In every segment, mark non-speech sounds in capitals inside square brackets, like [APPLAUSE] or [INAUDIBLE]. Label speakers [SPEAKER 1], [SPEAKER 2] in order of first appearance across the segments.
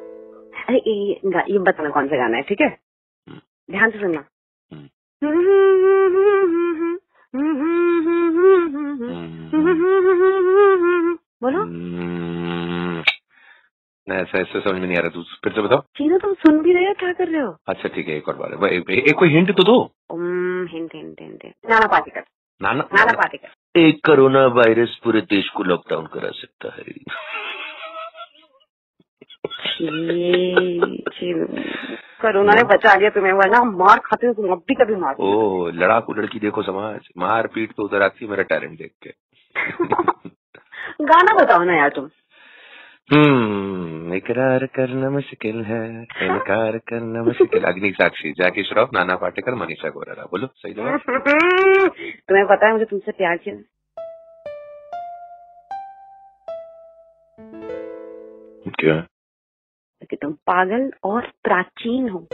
[SPEAKER 1] अच्छा ये, ये, ये बताना कौन सा गाना है ठीक है
[SPEAKER 2] हम्म।
[SPEAKER 1] ध्यान से सुनना
[SPEAKER 2] हम्म।
[SPEAKER 1] Mm-hmm.
[SPEAKER 2] Mm-hmm.
[SPEAKER 1] बोलो
[SPEAKER 2] हम्म, नहीं, ऐसा ऐसा समझ में नहीं आ रहा तू फिर से बताओ
[SPEAKER 1] चीनू तुम सुन भी रहे हो क्या कर रहे हो
[SPEAKER 2] अच्छा ठीक है एक और बार वो एक, एक कोई हिंट तो दो
[SPEAKER 1] उम्म, hint hint hint hint. Nana Patekar
[SPEAKER 2] Nana
[SPEAKER 1] Nana Patekar
[SPEAKER 2] एक कोरोना वायरस पूरे देश को लॉकडाउन करा सकता है
[SPEAKER 1] ये चीनू कोरोना
[SPEAKER 2] हम्म।
[SPEAKER 1] ने बचा लिया तुम्हें वरना मार खाते हो तुम अब भी कभी मार खाते।
[SPEAKER 2] ओ लड़ाकू लड़की देखो समाज मार पीट तो उधर आती है मेरा टैलेंट देख के
[SPEAKER 1] [LAUGHS] गाना बताओ ना
[SPEAKER 2] [LAUGHS]
[SPEAKER 1] यार तुम
[SPEAKER 2] हम्म इकरार करना मुश्किल है इनकार करना मुश्किल अग्नि साक्षी जाकी श्रॉफ नाना पाटेकर मनीषा गोराला बोलो सही जवाब
[SPEAKER 1] तुम्हें पता है मुझे तुमसे प्यार किया
[SPEAKER 2] क्या
[SPEAKER 1] क्योंकि तुम पागल और प्राचीन हो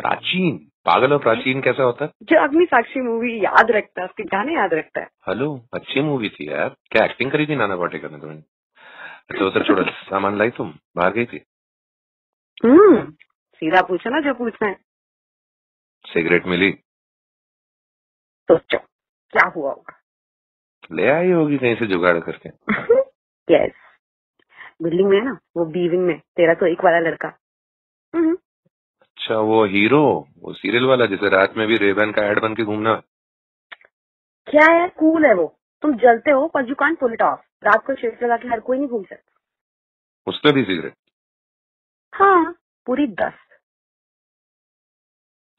[SPEAKER 2] प्राचीन पागल और प्राचीन कैसा होता है
[SPEAKER 1] जो अग्नि साक्षी मूवी याद रखता है उसके गाने याद रखता है
[SPEAKER 2] हेलो अच्छी मूवी थी यार क्या एक्टिंग करी थी नाना पाटेकर ने तुमने अच्छा उधर छोड़ो सामान लाई तुम बाहर गई थी
[SPEAKER 1] हम्म सीधा पूछो ना जो पूछना है
[SPEAKER 2] सिगरेट मिली
[SPEAKER 1] सोचो क्या हुआ [LAUGHS] होगा
[SPEAKER 2] ले आई होगी कहीं से जुगाड़ करके
[SPEAKER 1] यस बिल्डिंग में है ना वो बी विंग में तेरा तो एक वाला लड़का हम्म,
[SPEAKER 2] अच्छा वो हीरो वो सीरियल वाला जैसे रात में भी रेबन का एड बन के घूमना
[SPEAKER 1] क्या है कूल है वो तुम जलते हो पर you can't pull it off रात को शिफ्ट लगा के हर कोई नहीं घूम सकता
[SPEAKER 2] उसमें भी सिगरेट
[SPEAKER 1] हाँ पूरी दस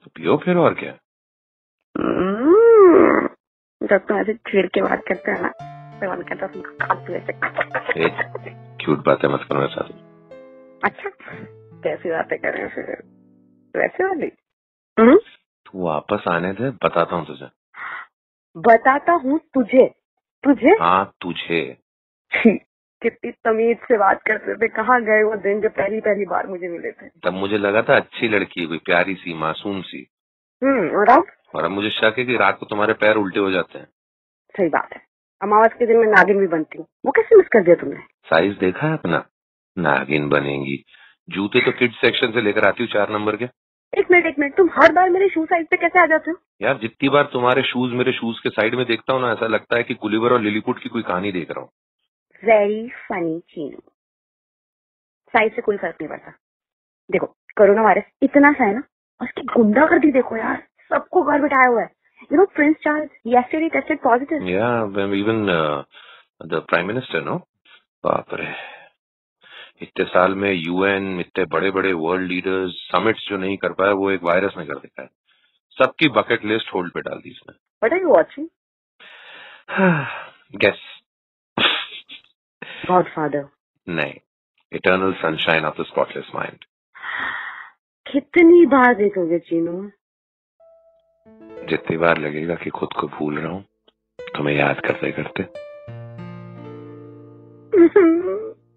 [SPEAKER 2] तो पियो फिर और क्या
[SPEAKER 1] हम्म, जब तुम ऐसे छेड़ के बात करते हो ना तो मन करता है तुमको काट दूं ऐसे।
[SPEAKER 2] एक क्यूट बातें मत करो मेरे साथ
[SPEAKER 1] अच्छा कैसी बातें कर रहे हो फिर वैसे वाली हम्म?
[SPEAKER 2] तू वापस आने दे बताता हूँ तुझे
[SPEAKER 1] बताता हूँ तुझे तुझे
[SPEAKER 2] हाँ तुझे
[SPEAKER 1] छी, कितनी तमीज से बात करते थे कहाँ गए वो दिन जब पहली पहली बार मुझे मिले थे
[SPEAKER 2] तब मुझे लगा था अच्छी लड़की है कोई प्यारी सी मासूम सी
[SPEAKER 1] हम्म और अब
[SPEAKER 2] और अब मुझे शक है कि रात को तुम्हारे पैर उल्टे हो जाते हैं
[SPEAKER 1] सही बात है अमावस के दिन मैं नागिन भी बनती हूँ वो कैसे मिस कर दिया तुमने
[SPEAKER 2] साइज देखा है अपना नागिन बनेगी जूते तो किड सेक्शन से लेकर आती हूँ चार नंबर के
[SPEAKER 1] एक मिनट एक मिनट तुम हर बार मेरे शू साइज पे कैसे आ जाते हो
[SPEAKER 2] यार जितनी बार तुम्हारे शूज मेरे शूज के साइड में देखता हूँ ना ऐसा लगता है कि गुलिवर और लिलीपुट की कोई कहानी देख रहा हूँ
[SPEAKER 1] वेरी फनी चीनू साइज से कोई फर्क नहीं पड़ता देखो कोरोना वायरस इतना सा है ना उसकी गुंडा कर दी देखो यार सबको घर बिठाया हुआ है you know Prince Charles yesterday tested positive
[SPEAKER 2] Yeah, um, even uh, the prime minister, no? बाप रे इतने साल में यूएन इतने बड़े बड़े वर्ल्ड लीडर्स समिट्स जो नहीं कर पाए वो एक वायरस ने कर दिया है सबकी बकेट लिस्ट होल्ड पे डाल दी
[SPEAKER 1] बट आर यू वॉचिंग
[SPEAKER 2] इसने [SIGHS] गेस
[SPEAKER 1] गॉड फादर
[SPEAKER 2] [LAUGHS] नहीं Eternal Sunshine of the Spotless Mind
[SPEAKER 1] कितनी बार देखोगे चीनू
[SPEAKER 2] जितनी बार लगेगा कि खुद को भूल रहा हूँ तुम्हें याद करते करते
[SPEAKER 1] [LAUGHS]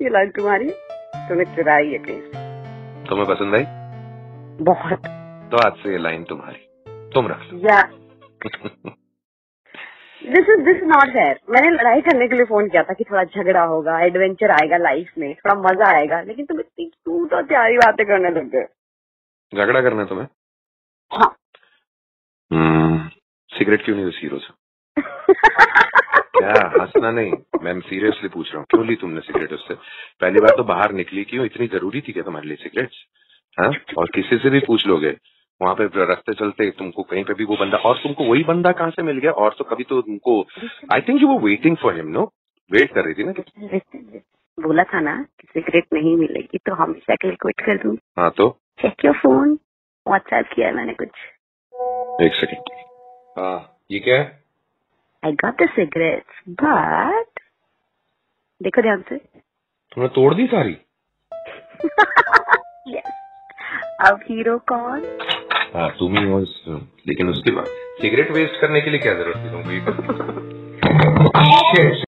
[SPEAKER 1] ये लाइन तुम्हारी तुम्हें चुराई है कहीं
[SPEAKER 2] तुम्हें पसंद आई
[SPEAKER 1] बहुत
[SPEAKER 2] तो आज से ये लाइन तुम्हारी तुम रख
[SPEAKER 1] या
[SPEAKER 2] लो
[SPEAKER 1] this is this not fair मैंने लड़ाई करने के लिए फोन किया था कि थोड़ा झगड़ा होगा एडवेंचर आएगा लाइफ में थोड़ा मजा आएगा लेकिन तुम इतनी क्यूट और प्यारी बातें करने लग गए
[SPEAKER 2] [LAUGHS] झगड़ा करना है तुम्हें
[SPEAKER 1] हाँ।
[SPEAKER 2] हम्म, सिगरेट क्यों नहीं उस हीरो से क्या हंसना नहीं मैं सीरियसली पूछ रहा हूँ क्यों ली तुमने सिगरेट उससे पहली बार तो बाहर निकली क्यों इतनी जरूरी थी क्या तुम्हारे लिए सिगरेट्स हाँ और किसी से भी पूछ लोगे वहाँ पे रास्ते चलते तुमको कहीं पे भी वो बंदा और तुमको वही बंदा कहाँ से मिल गया और तो कभी तो तुमको आई थिंक यू वो waiting for him no wait कर रही थी ना कि-
[SPEAKER 1] बोला था ना कि सिगरेट नहीं मिलेगी तो हमेशा के लिए क्विट कर दूं
[SPEAKER 2] हाँ तो
[SPEAKER 1] चेक योर फोन व्हाट्सएप किया है मैंने कुछ
[SPEAKER 2] एक सेकेंड हाँ ये क्या है
[SPEAKER 1] I got the cigarette but देखो ध्यान से
[SPEAKER 2] तुमने तोड़ दी सारी
[SPEAKER 1] yes. अब हीरो कौन
[SPEAKER 2] हाँ तुम ही हो इस- लेकिन उसके बाद सिगरेट वेस्ट करने के लिए क्या जरूरत थी तुमको ये करने की? Shit.